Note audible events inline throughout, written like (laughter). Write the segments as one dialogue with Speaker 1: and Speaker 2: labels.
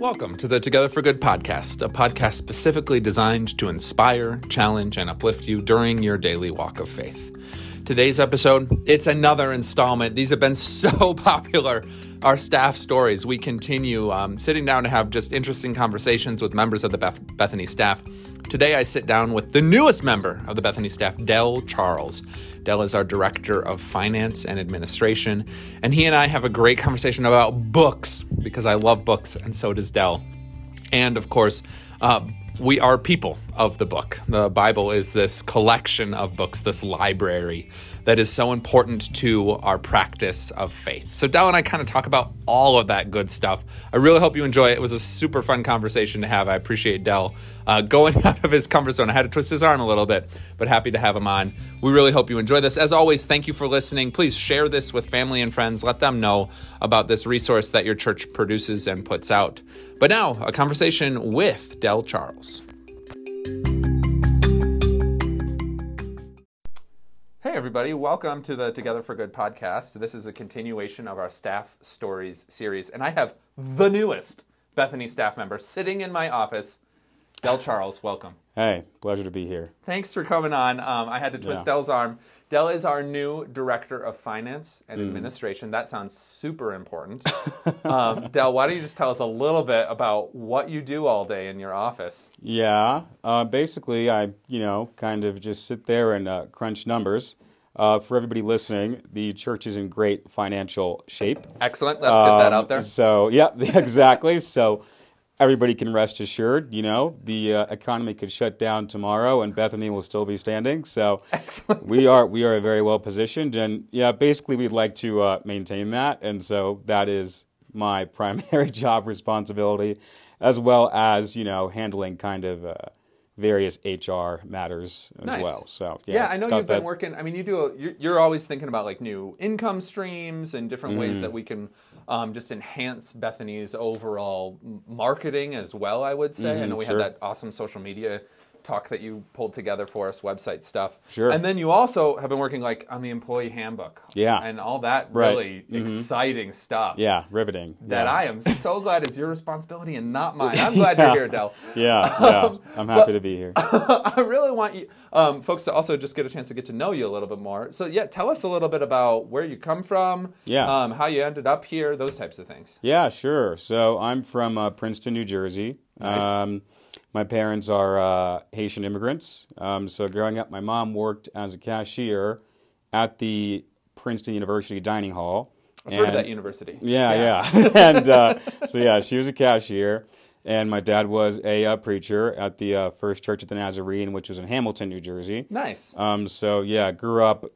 Speaker 1: Welcome to the Together for Good podcast, a podcast specifically designed to inspire, challenge, and uplift you during your daily walk of faith. Today's episode, it's another installment. These have been (laughs) so popular. Our staff stories, we continue um, sitting down to have just interesting conversations with members of the Beth- Bethany staff. Today, I sit down with the newest member of the Bethany staff, Dell Charles. Dell is our director of finance and administration, and he and I have a great conversation about books because I love books, and so does Dell. And of course, uh, we are people of the book. The Bible is this collection of books, this library that is so important to our practice of faith. So, Dell and I kind of talk about all of that good stuff. I really hope you enjoy it. It was a super fun conversation to have. I appreciate Dell uh, going (laughs) out of his comfort zone. I had to twist his arm a little bit, but happy to have him on. We really hope you enjoy this. As always, thank you for listening. Please share this with family and friends. Let them know about this resource that your church produces and puts out. But now, a conversation with Dell Charles. Hey, everybody, welcome to the Together for Good podcast. This is a continuation of our staff stories series, and I have the newest Bethany staff member sitting in my office, Dell Charles. Welcome.
Speaker 2: Hey, pleasure to be here.
Speaker 1: Thanks for coming on. Um, I had to twist
Speaker 2: Yeah.
Speaker 1: Dell's arm. Dell is our new director of finance and
Speaker 2: Hmm.
Speaker 1: administration. That sounds super
Speaker 2: (laughs)
Speaker 1: important. um, Dell, why don't you just tell us a little bit about what you do all day in your office?
Speaker 2: Yeah, uh, basically, I you know kind of just sit there and uh, crunch numbers. Uh, for everybody listening, the church is in great financial shape.
Speaker 1: Excellent. Let's get that
Speaker 2: Um,
Speaker 1: out there.
Speaker 2: So, yeah, (laughs) exactly. so, everybody can rest assured. You know, the uh, economy could shut down tomorrow, and Bethany will still be standing. So,
Speaker 1: Excellent.
Speaker 2: we are we are very well positioned, and yeah, basically, we'd like to uh, maintain that, and so that is my (laughs) primary job responsibility, as well as you know handling kind of uh, various HR matters as
Speaker 1: Nice.
Speaker 2: well. So yeah,
Speaker 1: Yeah, I know
Speaker 2: it's
Speaker 1: you've
Speaker 2: got
Speaker 1: been
Speaker 2: that-
Speaker 1: working. I mean, you do. A, you're, you're always thinking about like new income streams and different ways
Speaker 2: Mm.
Speaker 1: that we can um, just enhance Bethany's overall m- marketing as well. I would say. I know we
Speaker 2: Mm-hmm, sure.
Speaker 1: had that awesome social media talk that you pulled together for us, website stuff.
Speaker 2: Sure.
Speaker 1: And then you also have been working like on the employee handbook.
Speaker 2: Yeah.
Speaker 1: And all that
Speaker 2: Right. Mm-hmm.
Speaker 1: really exciting stuff.
Speaker 2: Yeah, riveting.
Speaker 1: That
Speaker 2: yeah.
Speaker 1: I am so glad is your responsibility and not
Speaker 2: (laughs)
Speaker 1: mine. I'm glad
Speaker 2: Yeah.
Speaker 1: you're here, Dell. (laughs)
Speaker 2: Yeah, yeah. I'm happy to be here.
Speaker 1: I really want you um, folks to also just get a chance to get to know you a little bit more. So yeah, tell us a little bit about where you come from,
Speaker 2: Yeah.
Speaker 1: um, how you ended up here, those types of things.
Speaker 2: Yeah, sure. So I'm from uh, Princeton, New Jersey.
Speaker 1: Nice.
Speaker 2: Um, my parents are uh, Haitian immigrants. Um, so growing up, my mom worked as a cashier at the Princeton University Dining Hall.
Speaker 1: I've heard of
Speaker 2: And-
Speaker 1: that university.
Speaker 2: yeah,
Speaker 1: (laughs)
Speaker 2: yeah. (laughs) and uh, so, yeah, she was a cashier, and my dad was a uh, preacher at the uh, First Church of the Nazarene, which was in Hamilton, New Jersey.
Speaker 1: Nice.
Speaker 2: Um, so yeah, grew up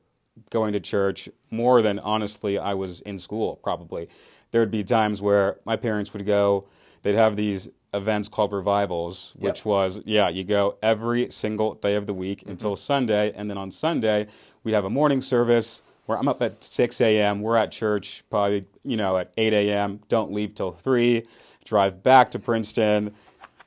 Speaker 2: going to church more than honestly I was in school. Probably there would be times where my parents would go. They'd have these events called revivals, which was yeah, you go every single day of the week until Sunday, and then on Sunday we'd have a morning service where I'm up at 6 a.m. We're at church probably you know at 8 a.m. Don't leave till three. Drive back to Princeton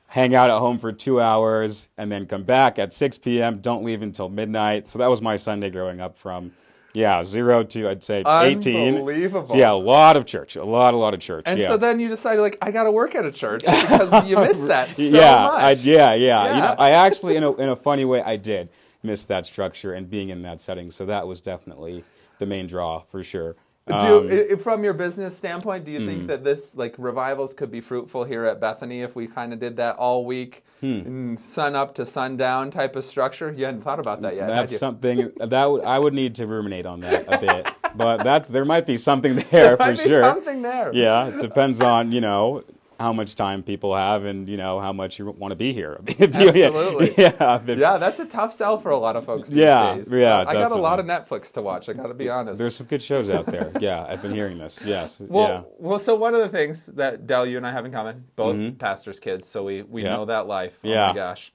Speaker 2: hang out at home for two hours, and then come back at 6 p.m. Don't leave until midnight. So that was my Sunday growing up from, yeah, zero to I'd say 18.
Speaker 1: Unbelievable.
Speaker 2: So yeah, a lot of church, a lot, a lot of church.
Speaker 1: and
Speaker 2: yeah.
Speaker 1: so then you decided like I got to work at a
Speaker 2: (laughs)
Speaker 1: church because you missed that so
Speaker 2: yeah,
Speaker 1: much.
Speaker 2: I, yeah, yeah, You
Speaker 1: Yeah.
Speaker 2: know,
Speaker 1: (laughs)
Speaker 2: I actually, in a, in a funny way, I did miss that structure and being in that setting. So that was definitely the main draw for sure. Um,
Speaker 1: Do, i- i- from your business standpoint, do you
Speaker 2: Hmm.
Speaker 1: think that this like revivals could be fruitful here at Bethany if we kind of did that all week,
Speaker 2: Hmm.
Speaker 1: mm, sun up to sundown type of structure? You hadn't thought about that yet. had
Speaker 2: That's
Speaker 1: you?
Speaker 2: something that would, I would need to ruminate on that a
Speaker 1: (laughs)
Speaker 2: bit, but that's there might be something there,
Speaker 1: Might
Speaker 2: for
Speaker 1: be
Speaker 2: sure.
Speaker 1: something there.
Speaker 2: Yeah, it depends on you know how much time people have and you know how much you want to be here. (laughs) If you- yeah,
Speaker 1: Absolutely.
Speaker 2: (laughs) Yeah. if it-
Speaker 1: Yeah, that's a tough sell for a lot of folks these
Speaker 2: Yeah,
Speaker 1: days.
Speaker 2: yeah,
Speaker 1: I got a lot of Netflix to watch. I got to be honest.
Speaker 2: There's some good shows out there. Yeah, I've been hearing this. Yes.
Speaker 1: (laughs) well,
Speaker 2: yeah.
Speaker 1: well, so one of the things that Dell, you and I have in common, both pastors' kids, so we, we
Speaker 2: Mm-hmm. Yeah.
Speaker 1: know that life. Oh
Speaker 2: Yeah.
Speaker 1: my
Speaker 2: Mm-hmm.
Speaker 1: gosh,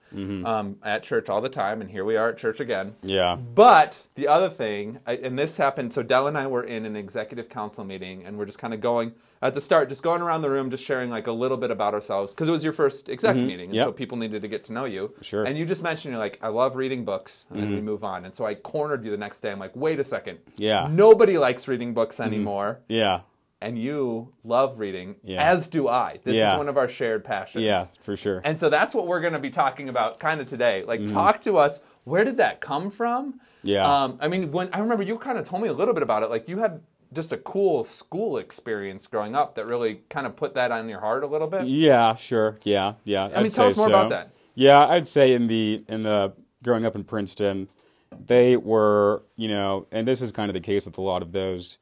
Speaker 1: um, at church all the time, and here we are at church again.
Speaker 2: Yeah.
Speaker 1: But the other thing, I- and this happened, so Dell and I were in an executive council meeting, and we're just kind of going at the start, just going around the room, just sharing like a little bit about ourselves because it was your first exec meeting, and
Speaker 2: Mm-hmm. Yep.
Speaker 1: so people needed to get to know you.
Speaker 2: Sure. Mm-hmm.
Speaker 1: And you just mentioned you're like, I love reading books, and then we move on. And so I cornered you the next day. I'm like, wait a second,
Speaker 2: Yeah. Mm-hmm.
Speaker 1: nobody likes reading books anymore.
Speaker 2: Yeah.
Speaker 1: and you love reading,
Speaker 2: Yeah.
Speaker 1: as do I. This
Speaker 2: Yeah.
Speaker 1: is one of our shared passions.
Speaker 2: Yeah, for sure. Mm-hmm.
Speaker 1: And so that's what we're going to be talking about kind of today. Like, talk to us. Where did that come from?
Speaker 2: Yeah.
Speaker 1: Um, I mean, when I remember you kind of told me a little bit about it. Like, you had just a cool school experience growing up that really kind of put that on your heart a little bit.
Speaker 2: Yeah, sure. Yeah, yeah. I
Speaker 1: mean, tell us more about that.
Speaker 2: Yeah, I'd say in the in the growing up in Princeton, they were you know, and this is kind of the case with a lot of those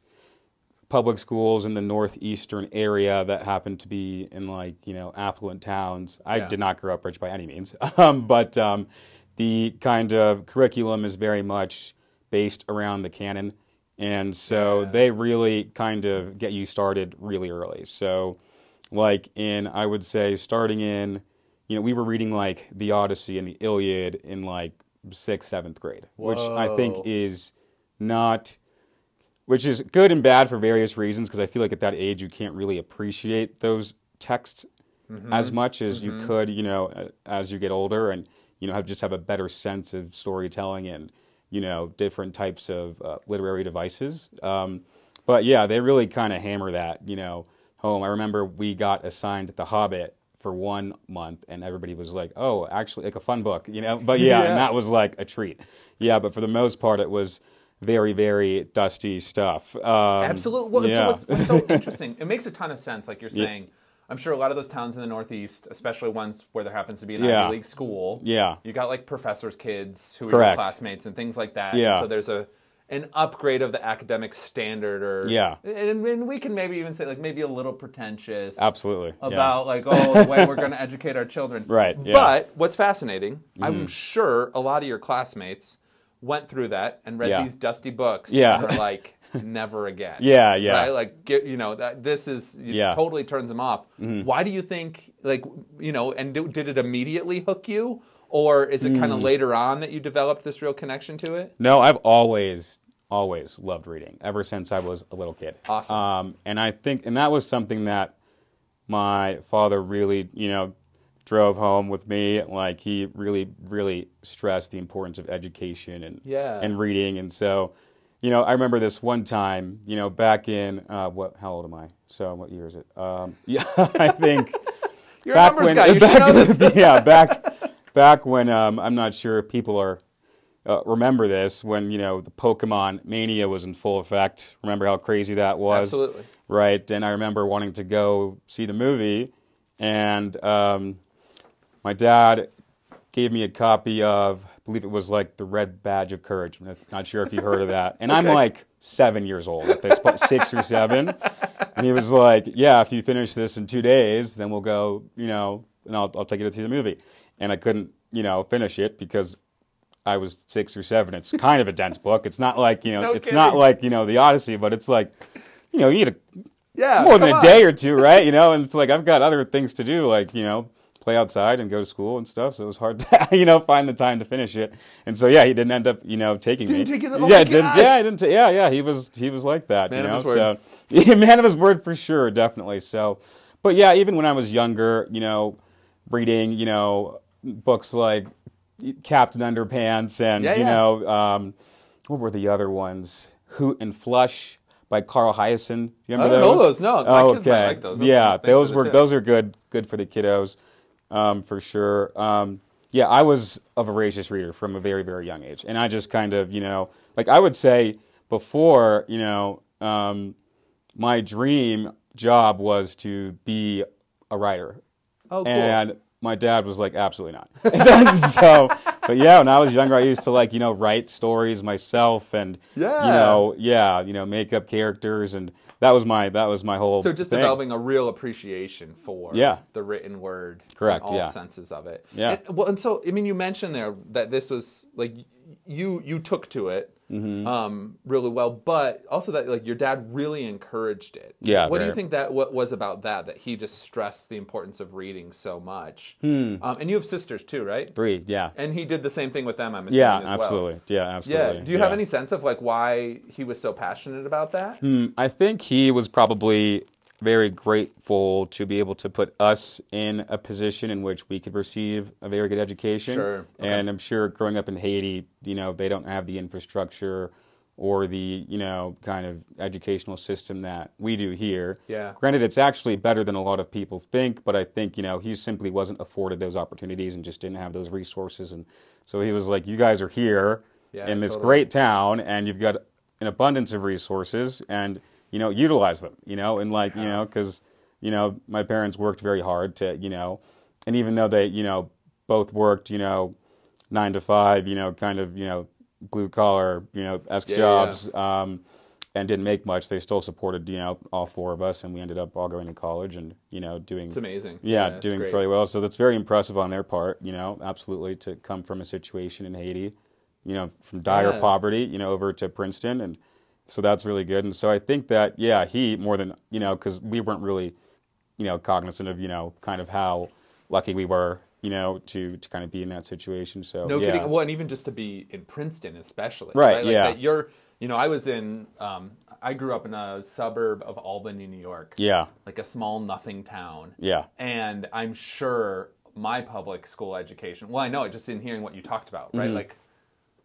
Speaker 2: public schools in the northeastern area that happen to be in like you know affluent towns. I
Speaker 1: Yeah.
Speaker 2: did not grow up rich by any means, (laughs) um, but um, the kind of curriculum is very much based around the canon. And so they really kind of get you started really early. So, like in I would say starting in, you know, we were reading like the Odyssey and the Iliad in like sixth, seventh grade, which I
Speaker 1: Whoa.
Speaker 2: think is not which is good and bad for various reasons because I feel like at that age you can't really appreciate those texts as much as you could, you know, a- as you get older and you know have just have a better sense of storytelling and you know different types of uh, literary devices. Um, but yeah, they really kind of hammer that, you know, home. I remember we got assigned The Hobbit for one month and everybody was like, "Oh, actually like a fun book," you know. But yeah.
Speaker 1: Yeah.
Speaker 2: (laughs) and that was like a treat. Yeah, but for the most part it was very, very dusty stuff. Um,
Speaker 1: Absolutely. Well,
Speaker 2: yeah.
Speaker 1: so what's, what's
Speaker 2: (laughs)
Speaker 1: so interesting, it makes a ton of sense, like you're saying. I'm sure a lot of those towns in the Northeast, especially ones where there happens to be an
Speaker 2: Yeah.
Speaker 1: Ivy League school,
Speaker 2: Yeah.
Speaker 1: you got like professors' kids who are your
Speaker 2: Correct.
Speaker 1: classmates and things like that.
Speaker 2: Yeah.
Speaker 1: So there's a an upgrade of the academic standard, or
Speaker 2: Yeah.
Speaker 1: and, and we can maybe even say like maybe a little pretentious,
Speaker 2: Absolutely. yeah.
Speaker 1: about like oh the way we're going to educate our children
Speaker 2: (laughs) Right, yeah. Mm.
Speaker 1: but what's fascinating i'm sure a lot of your classmates went through that and read
Speaker 2: Yeah.
Speaker 1: these dusty books
Speaker 2: Yeah.
Speaker 1: and were
Speaker 2: (laughs)
Speaker 1: like never again
Speaker 2: Yeah, yeah.
Speaker 1: right like get, you know that, this is it
Speaker 2: Yeah. Mm-hmm.
Speaker 1: totally turns them off why do you think like you know and do, did it immediately hook you or is it kind
Speaker 2: Mm.
Speaker 1: of later on that you developed this real connection to it
Speaker 2: No, I've always, always loved reading ever since I was a little kid.
Speaker 1: Awesome.
Speaker 2: Um, and I think, and that was something that my father really, you know, drove home with me. Like he really, really stressed the importance of education and
Speaker 1: Yeah.
Speaker 2: and reading. And so, you know, I remember this one time, you know, back in uh, what? How old am I? So what year is it? Um, (laughs) yeah, I think.
Speaker 1: you're a numbers
Speaker 2: (laughs)
Speaker 1: guy you should
Speaker 2: back
Speaker 1: know this
Speaker 2: when- yeah, back
Speaker 1: (laughs)
Speaker 2: back when um, I'm not sure if people are uh, remember this when you know the Pokemon mania was in full effect. Remember how crazy that was?
Speaker 1: Absolutely.
Speaker 2: Right, and I remember wanting to go see the movie, and um, my dad gave me a copy of, I believe it was like the Red Badge of Courage. I'm not sure if you heard of that. And I'm like seven years old at this point, six or seven. And he was like, "Yeah, if you finish this in two days, then we'll go, you know, and I'll, I'll take you to see the movie." And I couldn't, you know, finish it because I was six or seven. It's kind of a dense book. It's not like you know,
Speaker 1: No
Speaker 2: it's not
Speaker 1: kidding.
Speaker 2: like you know the Odyssey, but it's like, you know, you need a
Speaker 1: yeah
Speaker 2: more than
Speaker 1: come
Speaker 2: a
Speaker 1: on.
Speaker 2: day or two, right? You know, and it's like I've got other things to do, like you know, play outside and go to school and stuff. So it was hard to, (laughs) you know, find the time to finish it. And so yeah, he didn't end up, you know, taking
Speaker 1: Didn't
Speaker 2: me.
Speaker 1: take you the- oh
Speaker 2: yeah,
Speaker 1: my
Speaker 2: didn't,
Speaker 1: gosh!
Speaker 2: yeah, I didn't. ta- yeah, yeah, he was he was like that.
Speaker 1: Man
Speaker 2: you
Speaker 1: of
Speaker 2: know,
Speaker 1: his
Speaker 2: so (laughs) yeah, man of his word for sure, definitely. So, but yeah, even when I was younger, you know, reading, you know, books like Captain Underpants and
Speaker 1: Yeah,
Speaker 2: you
Speaker 1: yeah.
Speaker 2: know, um, what were the other ones? Hoot and Flush by Carl Hyacin. You
Speaker 1: I
Speaker 2: remember
Speaker 1: don't know those, no. My
Speaker 2: Oh,
Speaker 1: kids might like those. Those
Speaker 2: yeah,
Speaker 1: sound big for
Speaker 2: those
Speaker 1: the
Speaker 2: were
Speaker 1: tip.
Speaker 2: those are good good for the kiddos, um, for sure. Um, yeah, I was a voracious reader from a very very young age, and I just kind of you know like I would say before you know um, my dream job was to be a writer.
Speaker 1: Oh, cool.
Speaker 2: And my dad was like, absolutely not. (laughs) so, but yeah, when I was younger, I used to like, you know, write stories myself and,
Speaker 1: Yeah.
Speaker 2: you know, yeah, you know, make up characters. And that was my, that was my whole
Speaker 1: So just
Speaker 2: thing.
Speaker 1: developing a real appreciation for
Speaker 2: Yeah.
Speaker 1: the written word, in
Speaker 2: Correct,
Speaker 1: all
Speaker 2: yeah.
Speaker 1: senses of it.
Speaker 2: Yeah.
Speaker 1: And, well, and so I mean, you mentioned there that this was like y- you you took to it
Speaker 2: Mm-hmm.
Speaker 1: um, really well, but also that like your dad really encouraged it.
Speaker 2: Yeah,
Speaker 1: What do you
Speaker 2: very.
Speaker 1: think that what was about that that he just stressed the importance of reading so much?
Speaker 2: Hmm.
Speaker 1: Um, and you have sisters too, right?
Speaker 2: Three. Yeah.
Speaker 1: And he did the same thing with them. I'm assuming.
Speaker 2: Yeah,
Speaker 1: as well.
Speaker 2: absolutely. Yeah,
Speaker 1: Yeah.
Speaker 2: absolutely.
Speaker 1: Do you have any sense of like why he was so passionate about that?
Speaker 2: Hmm, I think he was probably very grateful to be able to put us in a position in which we could receive a very good education.
Speaker 1: Sure.
Speaker 2: And I'm sure growing up in Haiti, you know, they don't have the infrastructure or the you know kind of educational system that we do here.
Speaker 1: Yeah.
Speaker 2: Granted, it's actually better than a lot of people think, but I think you know he simply wasn't afforded those opportunities and just didn't have those resources, and so he was like, "You guys are here
Speaker 1: Yeah,
Speaker 2: in this
Speaker 1: totally.
Speaker 2: great town, and you've got an abundance of resources, and you know utilize them, you know, and like you know because you know my parents worked very hard to you know, and even though they you know both worked you know nine to five, you know, kind of, you know, blue collar, you know, esque
Speaker 1: Yeah, yeah,
Speaker 2: jobs, Um, and didn't make much. They still supported, you know, all four of us, and we ended up all going to college and, you know, doing,
Speaker 1: It's amazing.
Speaker 2: yeah,
Speaker 1: it's
Speaker 2: doing
Speaker 1: great.
Speaker 2: fairly well. So that's very impressive on their part, you know, absolutely to come from a situation in Haiti, you know, from dire
Speaker 1: Yeah.
Speaker 2: poverty, you know, over to Princeton, and so that's really good. And so I think that, yeah, he more than you know, because we weren't really, you know, cognizant of you know, kind of how lucky we were, you know, to to kind of be in that situation. So
Speaker 1: No
Speaker 2: yeah.
Speaker 1: kidding. Well, and even just to be in Princeton, especially.
Speaker 2: Right,
Speaker 1: Like
Speaker 2: yeah.
Speaker 1: That you're, you know, I was in, um, I grew up in a suburb of Albany, New York.
Speaker 2: Yeah,
Speaker 1: Like a small nothing town.
Speaker 2: yeah, (laughs)
Speaker 1: And I'm sure my public school education, well, I know it just in hearing what you talked about, right?
Speaker 2: Mm-hmm.
Speaker 1: Like,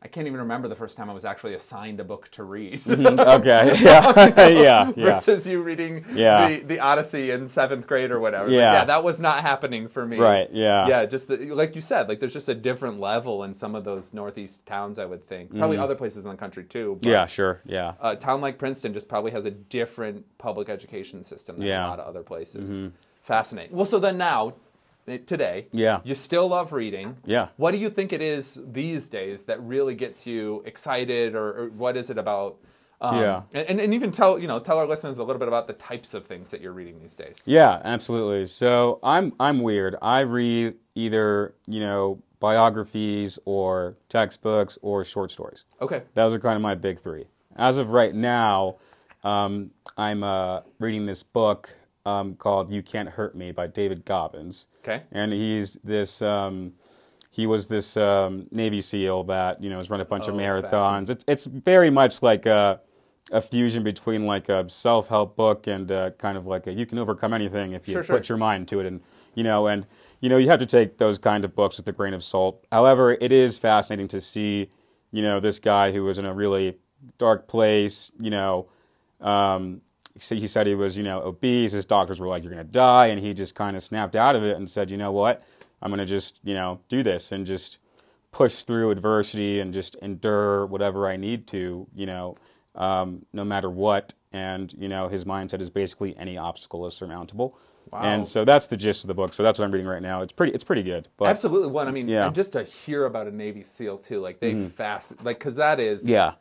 Speaker 1: I can't even remember the first time I was actually assigned a book to read.
Speaker 2: Mm-hmm. okay, (laughs) yeah,
Speaker 1: (laughs)
Speaker 2: yeah, yeah.
Speaker 1: versus you reading
Speaker 2: Yeah.
Speaker 1: the, the Odyssey in seventh grade or whatever. Like,
Speaker 2: Yeah.
Speaker 1: yeah, that was not happening for me.
Speaker 2: Right, yeah.
Speaker 1: Yeah, just the, like you said, like there's just a different level in some of those northeast towns, I would think. Probably
Speaker 2: Mm-hmm.
Speaker 1: other places in the country too. But
Speaker 2: Yeah, sure, yeah.
Speaker 1: A town like Princeton just probably has a different public education system than
Speaker 2: Yeah. Mm-hmm.
Speaker 1: a lot of other places. Fascinating. Well, so then now, eh, today,
Speaker 2: Yeah.
Speaker 1: you still love reading.
Speaker 2: Yeah.
Speaker 1: What do you think it is these days that really gets you excited, or, or what is it about? Um,
Speaker 2: Yeah.
Speaker 1: And, and even tell you know tell our listeners a little bit about the types of things that you're reading these days.
Speaker 2: Yeah, absolutely. So I'm I'm weird. I read either you know biographies or textbooks or short stories.
Speaker 1: Okay.
Speaker 2: Those are kind of my big three. As of right now, um, I'm uh, reading this book um, called "You Can't Hurt Me" by David Goggins.
Speaker 1: Okay.
Speaker 2: and he's this. Um, he was this um, Navy SEAL that you know has run a bunch of
Speaker 1: Oh,
Speaker 2: marathons. It's it's very much like a, a fusion between like a self help book and uh kind of like a you can overcome anything if you
Speaker 1: Sure, sure.
Speaker 2: put your mind to it and you know and you know you have to take those kind of books with a grain of salt. However, it is fascinating to see you know this guy who was in a really dark place. You know, um, so he said he was you know obese. His doctors were like, "You're going to die," and he just kind of snapped out of it and said, "You know what? I'm going to just you know do this and just." push through adversity and just endure whatever I need to, you know, um, no matter what. And you know, his mindset is basically any obstacle is surmountable.
Speaker 1: Wow.
Speaker 2: And so that's the gist of the book. So that's what I'm reading right now. It's pretty. It's pretty good. But
Speaker 1: Absolutely. One. I mean,
Speaker 2: Yeah. Mm-hmm.
Speaker 1: and just to hear about a Navy SEAL too, like they fast, like because that is
Speaker 2: yeah,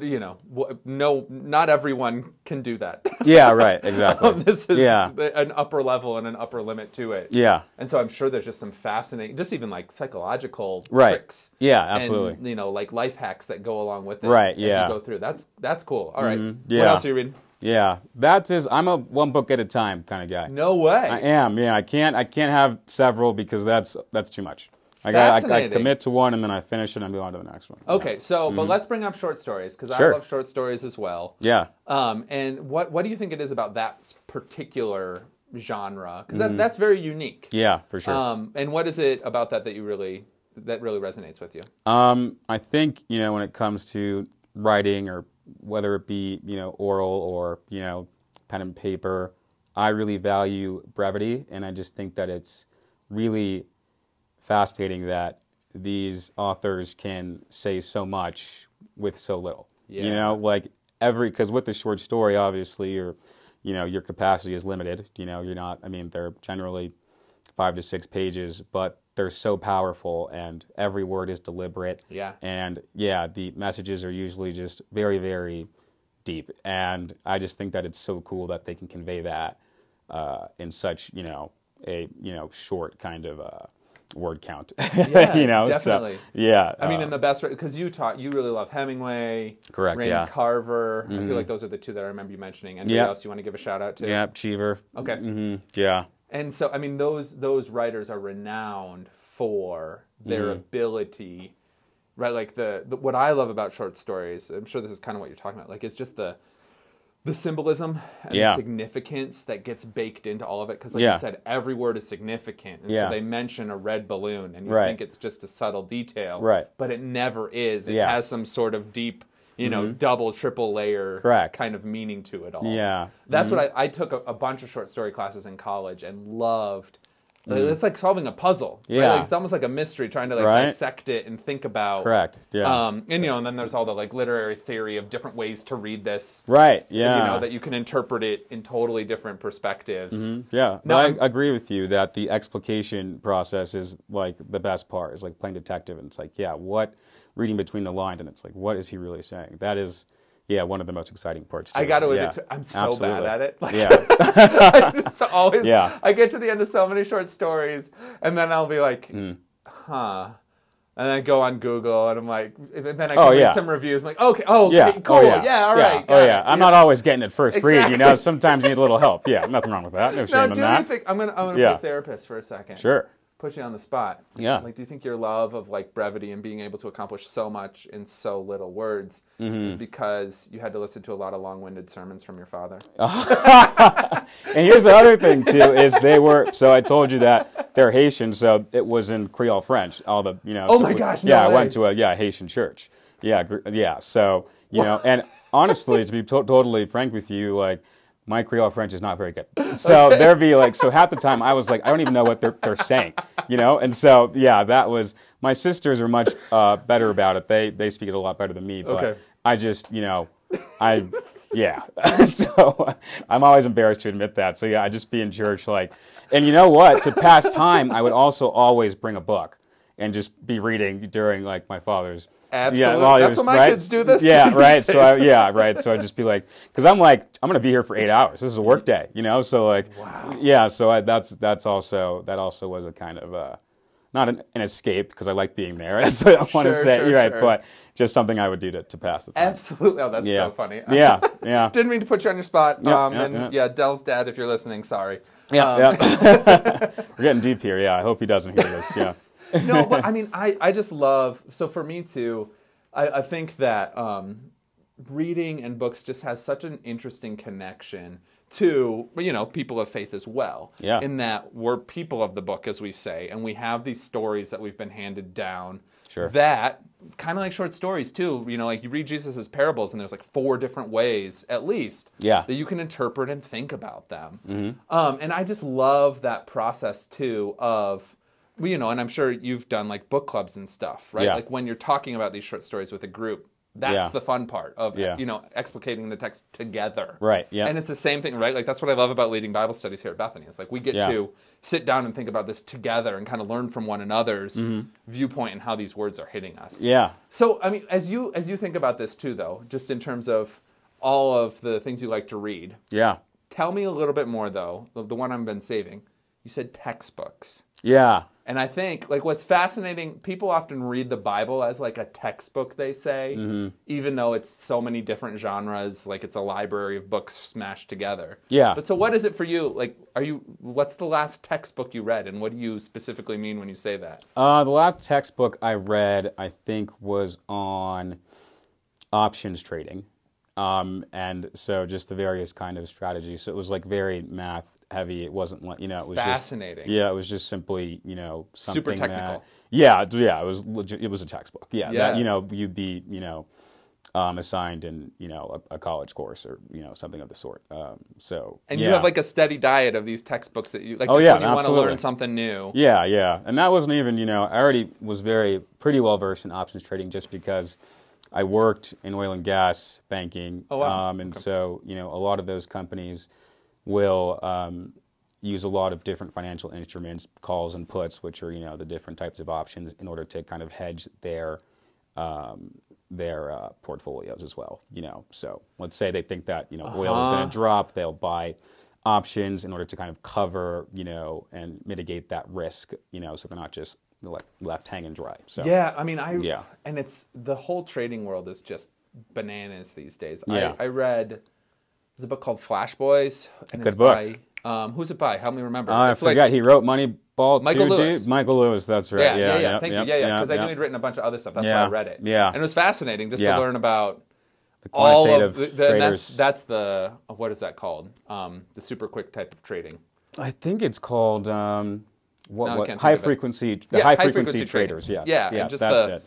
Speaker 1: you know, wh- no, not everyone can do that. (laughs)
Speaker 2: yeah, right, exactly.
Speaker 1: Um, (laughs) this is
Speaker 2: yeah,
Speaker 1: the- an upper level and an upper limit to it.
Speaker 2: yeah,
Speaker 1: And so I'm sure there's just some fascinating, just even like psychological
Speaker 2: Right.
Speaker 1: tricks.
Speaker 2: Yeah, absolutely.
Speaker 1: And, you know, like life hacks that go along with it.
Speaker 2: Right,
Speaker 1: As
Speaker 2: yeah. Mm-hmm.
Speaker 1: you go through. That's that's cool. All right. What
Speaker 2: yeah.
Speaker 1: else are you reading?
Speaker 2: yeah. That's his. I'm a one book at a time kind of guy.
Speaker 1: No way.
Speaker 2: I am. Yeah, I can't. I can't have several because that's that's too much. I got. I, I
Speaker 1: Fascinating. Oh.
Speaker 2: commit to one and then I finish it and I move on to the next one.
Speaker 1: okay. So, but let's bring up short stories because
Speaker 2: Mm-hmm. Sure.
Speaker 1: I love short stories as well.
Speaker 2: Yeah.
Speaker 1: Um, and what what do you think it is about that particular genre? Because that, that's very unique.
Speaker 2: Mm-hmm. Yeah, for sure.
Speaker 1: Um, and what is it about that that you really that really resonates with you?
Speaker 2: Um, I think you know when it comes to writing, or whether it be you know oral or you know pen and paper, I really value brevity, and I just think that it's really fascinating that these authors can say so much with so little. You
Speaker 1: Yeah.
Speaker 2: know, like every because with the short story, obviously your you know your capacity is limited. You know, you're not. I mean, they're generally five to six pages, but they're so powerful, and every word is deliberate.
Speaker 1: Yeah.
Speaker 2: And yeah, the messages are usually just very, very deep. And I just think that it's so cool that they can convey that uh, in such, you know, a you know short kind of uh, word count. (laughs)
Speaker 1: Yeah,
Speaker 2: you know, so-
Speaker 1: definitely.
Speaker 2: yeah.
Speaker 1: I mean,
Speaker 2: uh,
Speaker 1: in the best because you taught you really love Hemingway,
Speaker 2: Correct,
Speaker 1: Raymond
Speaker 2: yeah. Mm-hmm.
Speaker 1: Carver. I feel like those are the two that I remember you mentioning. Anybody
Speaker 2: Yeah.
Speaker 1: else you want to give a shout out to?
Speaker 2: yeah, Cheever.
Speaker 1: Okay.
Speaker 2: hmm Yeah.
Speaker 1: And so, I mean, those those writers are renowned for their
Speaker 2: Mm-hmm.
Speaker 1: ability, right? Like the, the what I love about short stories. I'm sure this is kind of what you're talking about. Like it's just the the symbolism and
Speaker 2: Yeah.
Speaker 1: the significance that gets baked into all of it. Because, like
Speaker 2: Yeah.
Speaker 1: you said, every word is significant, and
Speaker 2: Yeah.
Speaker 1: so they mention a red balloon, and you
Speaker 2: Right.
Speaker 1: think it's just a subtle detail,
Speaker 2: Right.
Speaker 1: But it never is. It
Speaker 2: Yeah. Mm-hmm.
Speaker 1: has some sort of deep you know, double, triple layer
Speaker 2: Correct.
Speaker 1: kind of meaning to it all.
Speaker 2: Yeah.
Speaker 1: That's
Speaker 2: Mm-hmm.
Speaker 1: what I, I took a, a bunch of short story classes in college and loved. like, It's like solving a puzzle. right?
Speaker 2: Mm-hmm. Yeah.
Speaker 1: Like, it's almost like a mystery trying to like
Speaker 2: Right.
Speaker 1: dissect it and think about.
Speaker 2: Correct. Yeah.
Speaker 1: Um, and you know, and then there's all the like literary theory of different ways to read this.
Speaker 2: right.
Speaker 1: You
Speaker 2: Yeah. Mm-hmm.
Speaker 1: know that you can interpret it in totally different perspectives.
Speaker 2: Yeah,
Speaker 1: No,
Speaker 2: no, I
Speaker 1: I'm-
Speaker 2: agree with you that the explication process is like the best part. It's like playing detective, and it's like, yeah, what reading between the lines, and it's like, what is he really saying? That is, yeah, one of the most exciting parts.
Speaker 1: I
Speaker 2: it.
Speaker 1: got to
Speaker 2: yeah.
Speaker 1: admit, to- I'm so bad
Speaker 2: Absolutely.
Speaker 1: at it. (laughs) Like,
Speaker 2: Yeah,
Speaker 1: I (laughs) just always,
Speaker 2: Yeah.
Speaker 1: I get to the end of so many short stories, and then I'll be like,
Speaker 2: Hmm.
Speaker 1: huh. And then I go on Google, and I'm like, and then I can
Speaker 2: Oh,
Speaker 1: read
Speaker 2: yeah.
Speaker 1: some reviews. I'm like, okay, oh, okay,
Speaker 2: (laughs) yeah,
Speaker 1: cool,
Speaker 2: oh,
Speaker 1: yeah.
Speaker 2: yeah.
Speaker 1: all
Speaker 2: Yeah.
Speaker 1: right.
Speaker 2: Oh
Speaker 1: got
Speaker 2: yeah,
Speaker 1: it.
Speaker 2: I'm not always getting it first read.
Speaker 1: (laughs)
Speaker 2: You know,
Speaker 1: Exactly.
Speaker 2: sometimes you need a little help. Yeah, nothing wrong with that. No
Speaker 1: Now,
Speaker 2: shame
Speaker 1: do
Speaker 2: in
Speaker 1: you
Speaker 2: that.
Speaker 1: think I'm gonna I'm gonna
Speaker 2: Yeah.
Speaker 1: be a therapist for a second?
Speaker 2: Sure.
Speaker 1: Put you on the spot.
Speaker 2: Yeah.
Speaker 1: Like, do you think your love of like brevity and being able to accomplish so much in so little words
Speaker 2: Mm-hmm.
Speaker 1: is because you had to listen to a lot of long-winded sermons from your father?
Speaker 2: Uh, And here's the other thing too is they were. So I told you that they're Haitian, so it was in Creole French. All the you know.
Speaker 1: Oh
Speaker 2: so
Speaker 1: my
Speaker 2: we-
Speaker 1: gosh, no
Speaker 2: Yeah, I
Speaker 1: way.
Speaker 2: went to a yeah Haitian church. Yeah, gr- yeah. So you know, and honestly, to be to- totally frank with you, like my Creole French is not
Speaker 1: (laughs)
Speaker 2: very good. So there'd be like so half the time I was like I don't even know what they're they're saying, you know. And so yeah, that was my sisters are much uh, better about it. They they speak it a lot better than me. But
Speaker 1: Okay.
Speaker 2: I just, you know, I, yeah. (laughs) so I'm always embarrassed to admit that. So yeah, I just be in church like, and you know what? To pass time, I would also always bring a book and just be reading during like my father's.
Speaker 1: Absolutely.
Speaker 2: while he
Speaker 1: That's what my kids do this
Speaker 2: Yeah,
Speaker 1: these
Speaker 2: right. So I,
Speaker 1: days.
Speaker 2: yeah, right. So I'd just be like, because I'm like, I'm gonna be here for eight hours. This is a work day, you know. So like, yeah. So I, that's that's also that also was a kind of uh, not an, an escape because I like being there. (laughs) That's what I want to
Speaker 1: Sure,
Speaker 2: say.
Speaker 1: sure,
Speaker 2: You're right,
Speaker 1: sure.
Speaker 2: but (laughs) just something I would do to, to pass the time.
Speaker 1: Absolutely. Oh, that's
Speaker 2: Yeah.
Speaker 1: so funny.
Speaker 2: Yeah,
Speaker 1: (laughs)
Speaker 2: yeah.
Speaker 1: Didn't mean to put you on your spot.
Speaker 2: Yeah,
Speaker 1: um,
Speaker 2: yeah,
Speaker 1: and yeah.
Speaker 2: yeah.
Speaker 1: Dell's dad, if you're listening, sorry. Uh,
Speaker 2: Yeah, yeah. (laughs) We're getting deep here. Yeah, I hope he doesn't hear this. Yeah.
Speaker 1: no,
Speaker 2: (laughs)
Speaker 1: but I mean, I, I just love. So for me too, I, I think that um, reading and books just has such an interesting connection to you know people of faith as well.
Speaker 2: Yeah.
Speaker 1: In that we're people of the book, as we say, and we have these stories that we've been handed down.
Speaker 2: Sure.
Speaker 1: That kind of like short stories too. You know, like you read Jesus' parables, and there's like four different ways at least.
Speaker 2: Yeah.
Speaker 1: That you can interpret and think about them.
Speaker 2: Mm-hmm.
Speaker 1: Um, and I just love that process too of, well, you know, and I'm sure you've done like book clubs and stuff, right?
Speaker 2: Yeah.
Speaker 1: Like when you're talking about these short stories with a group, that's
Speaker 2: Yeah.
Speaker 1: the fun part of,
Speaker 2: Yeah.
Speaker 1: you know, explicating the text together.
Speaker 2: Right, yeah.
Speaker 1: And it's the same thing, right? Like that's what I love about leading Bible studies here at Bethany. It's like we get
Speaker 2: Yeah.
Speaker 1: to sit down and think about this together and kind of learn from one another's
Speaker 2: Mm-hmm.
Speaker 1: viewpoint and how these words are hitting us.
Speaker 2: Yeah.
Speaker 1: So I mean, as you as you think about this too, though, just in terms of all of the things you like to read,
Speaker 2: Yeah.
Speaker 1: tell me a little bit more though. The, the one I've been saving, you said textbooks,
Speaker 2: Yeah.
Speaker 1: and I think like what's fascinating, people often read the Bible as like a textbook. They say,
Speaker 2: Mm-hmm.
Speaker 1: even though it's so many different genres, like it's a library of books smashed together.
Speaker 2: Yeah.
Speaker 1: But so what is it for you? Like, are you what's the last textbook you read, and what do you specifically mean when you say that?
Speaker 2: Uh, the last textbook I read, I think, was on options trading, um, and so just the various kind of strategies. So it was like very math heavy. It wasn't like you know, it was
Speaker 1: Fascinating.
Speaker 2: Just, yeah, it was just simply you know something
Speaker 1: Super
Speaker 2: That,
Speaker 1: technical.
Speaker 2: yeah, d- yeah, it was legit, it was a textbook. Yeah,
Speaker 1: Yeah.
Speaker 2: That, you know, you'd be you know um, assigned in you know a, a college course or you know something of the sort. Um, so
Speaker 1: And
Speaker 2: yeah.
Speaker 1: you have like a steady diet of these textbooks that you like.
Speaker 2: Oh,
Speaker 1: Just
Speaker 2: yeah,
Speaker 1: when you want to
Speaker 2: absolutely.
Speaker 1: learn something new.
Speaker 2: Yeah, yeah. And that wasn't even, you know, I already was very pretty well versed in options trading just because I worked in oil and gas banking.
Speaker 1: Oh, wow.
Speaker 2: Um, and so, you know, a lot of those companies will um, use a lot of different financial instruments, calls and puts, which are, you know, the different types of options in order to kind of hedge their um, their uh, portfolios as well. You know, so let's say they think that you know oil is
Speaker 1: Uh-huh.
Speaker 2: going to drop, they'll buy options in order to kind of cover you know and mitigate that risk. You know, so they're not just left, left hanging dry. So
Speaker 1: Yeah, I mean, I
Speaker 2: Yeah.
Speaker 1: and it's the whole trading world is just bananas these days.
Speaker 2: Yeah.
Speaker 1: I, I read there's a book called Flash Boys. And
Speaker 2: Good
Speaker 1: it's
Speaker 2: book.
Speaker 1: By, um, who's it by? Help me remember.
Speaker 2: Uh, I
Speaker 1: It's like-
Speaker 2: forgot he wrote Moneyball.
Speaker 1: Michael
Speaker 2: too, dude?
Speaker 1: Lewis.
Speaker 2: Michael Lewis. That's right.
Speaker 1: yeah,
Speaker 2: Yeah,
Speaker 1: yeah, yeah. Thank you. Yeah, yeah. Because I knew
Speaker 2: yeah.
Speaker 1: he'd written a bunch of other stuff. That's why I
Speaker 2: Yeah,
Speaker 1: read it.
Speaker 2: yeah.
Speaker 1: and it was fascinating just
Speaker 2: Yeah.
Speaker 1: to learn about all of
Speaker 2: quantitative
Speaker 1: the, the- and that's
Speaker 2: traders.
Speaker 1: that's the what is that called? Um, the super quick type of trading.
Speaker 2: I think it's called um, what,
Speaker 1: No, I
Speaker 2: what
Speaker 1: can't think
Speaker 2: high
Speaker 1: of it.
Speaker 2: frequency the
Speaker 1: Yeah,
Speaker 2: high,
Speaker 1: high-frequency
Speaker 2: frequency, traders.
Speaker 1: trading.
Speaker 2: Yeah,
Speaker 1: Yeah, and just
Speaker 2: that's
Speaker 1: the-
Speaker 2: it.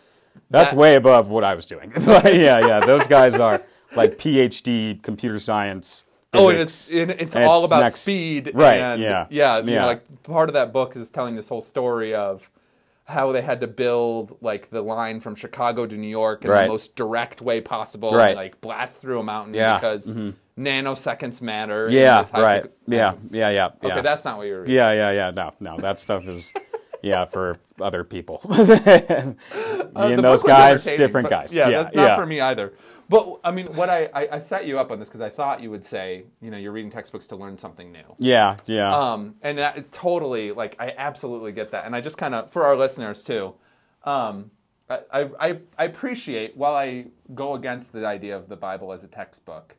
Speaker 2: That's
Speaker 1: That-
Speaker 2: way above what I was doing. (laughs) But yeah, yeah, those
Speaker 1: (laughs)
Speaker 2: guys are like PhD computer science.
Speaker 1: Oh, and
Speaker 2: physics.
Speaker 1: it's and it's
Speaker 2: and
Speaker 1: all
Speaker 2: it's
Speaker 1: about
Speaker 2: next-
Speaker 1: speed,
Speaker 2: Right,
Speaker 1: And
Speaker 2: yeah,
Speaker 1: yeah. You know,
Speaker 2: yeah.
Speaker 1: like part of that book is telling this whole story of how they had to build like the line from Chicago to New York in the
Speaker 2: Right.
Speaker 1: most direct way possible, and,
Speaker 2: Right.
Speaker 1: like blast through a mountain
Speaker 2: Yeah, Mm-hmm.
Speaker 1: because nanoseconds matter. and
Speaker 2: yeah,
Speaker 1: this high
Speaker 2: right.
Speaker 1: frequ-
Speaker 2: yeah, yeah, yeah, yeah.
Speaker 1: Okay, that's not what you're.
Speaker 2: Yeah, yeah, yeah. No, no, that
Speaker 1: (laughs)
Speaker 2: stuff is, yeah, for other people. Me
Speaker 1: Uh, the
Speaker 2: and those
Speaker 1: book was
Speaker 2: guys,
Speaker 1: entertaining,
Speaker 2: different
Speaker 1: but-
Speaker 2: guys.
Speaker 1: Yeah,
Speaker 2: Yeah,
Speaker 1: that's not for me either. But I mean, what I, I I set you up on this because I thought you would say, you know, you're reading textbooks to learn something new.
Speaker 2: Yeah, yeah.
Speaker 1: Um, and that totally, like, I absolutely get that. And I just kind of, for our listeners too, um, I, I, I appreciate, while I go against the idea of the Bible as a textbook,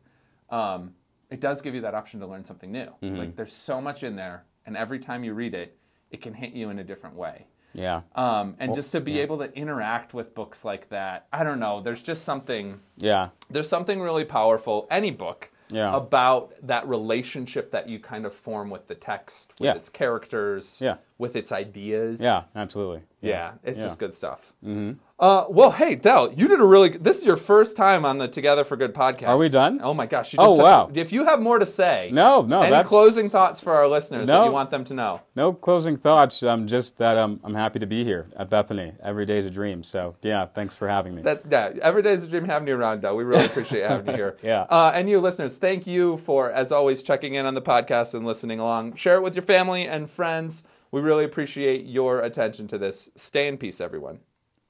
Speaker 1: um, it does give you that option to learn something new. Like, there's so much in there, and every time you read it, it can hit you in a different way.
Speaker 2: yeah.
Speaker 1: Um, and just to be able to interact with books like that, I don't know, there's just something
Speaker 2: yeah.
Speaker 1: there's something really powerful any book
Speaker 2: Yeah.
Speaker 1: about that relationship that you kind of form with the text with
Speaker 2: Yeah.
Speaker 1: its characters
Speaker 2: Yeah.
Speaker 1: with its ideas
Speaker 2: Yeah, absolutely.
Speaker 1: yeah it's just
Speaker 2: Yeah. Mm-hmm.
Speaker 1: good stuff uh, well hey dell you did a really good this is your first time on the together for good podcast
Speaker 2: Are we done?
Speaker 1: oh my gosh you did
Speaker 2: Oh,
Speaker 1: such a-
Speaker 2: wow.
Speaker 1: if you have more to say
Speaker 2: No, no,
Speaker 1: any
Speaker 2: that's-
Speaker 1: closing thoughts for our listeners that
Speaker 2: No.
Speaker 1: you want them to know
Speaker 2: No closing thoughts. Um, just that um, I'm happy to be here at Bethany. Every day's a dream. So, yeah, thanks for having me.
Speaker 1: That yeah, every day is a dream having you around, Dell. We
Speaker 2: (laughs)
Speaker 1: really appreciate having you here.
Speaker 2: Yeah.
Speaker 1: Uh, and you listeners, thank you for as always checking in on the podcast and listening along. Share it with your family and friends. We really appreciate your attention to this. Stay in peace, everyone.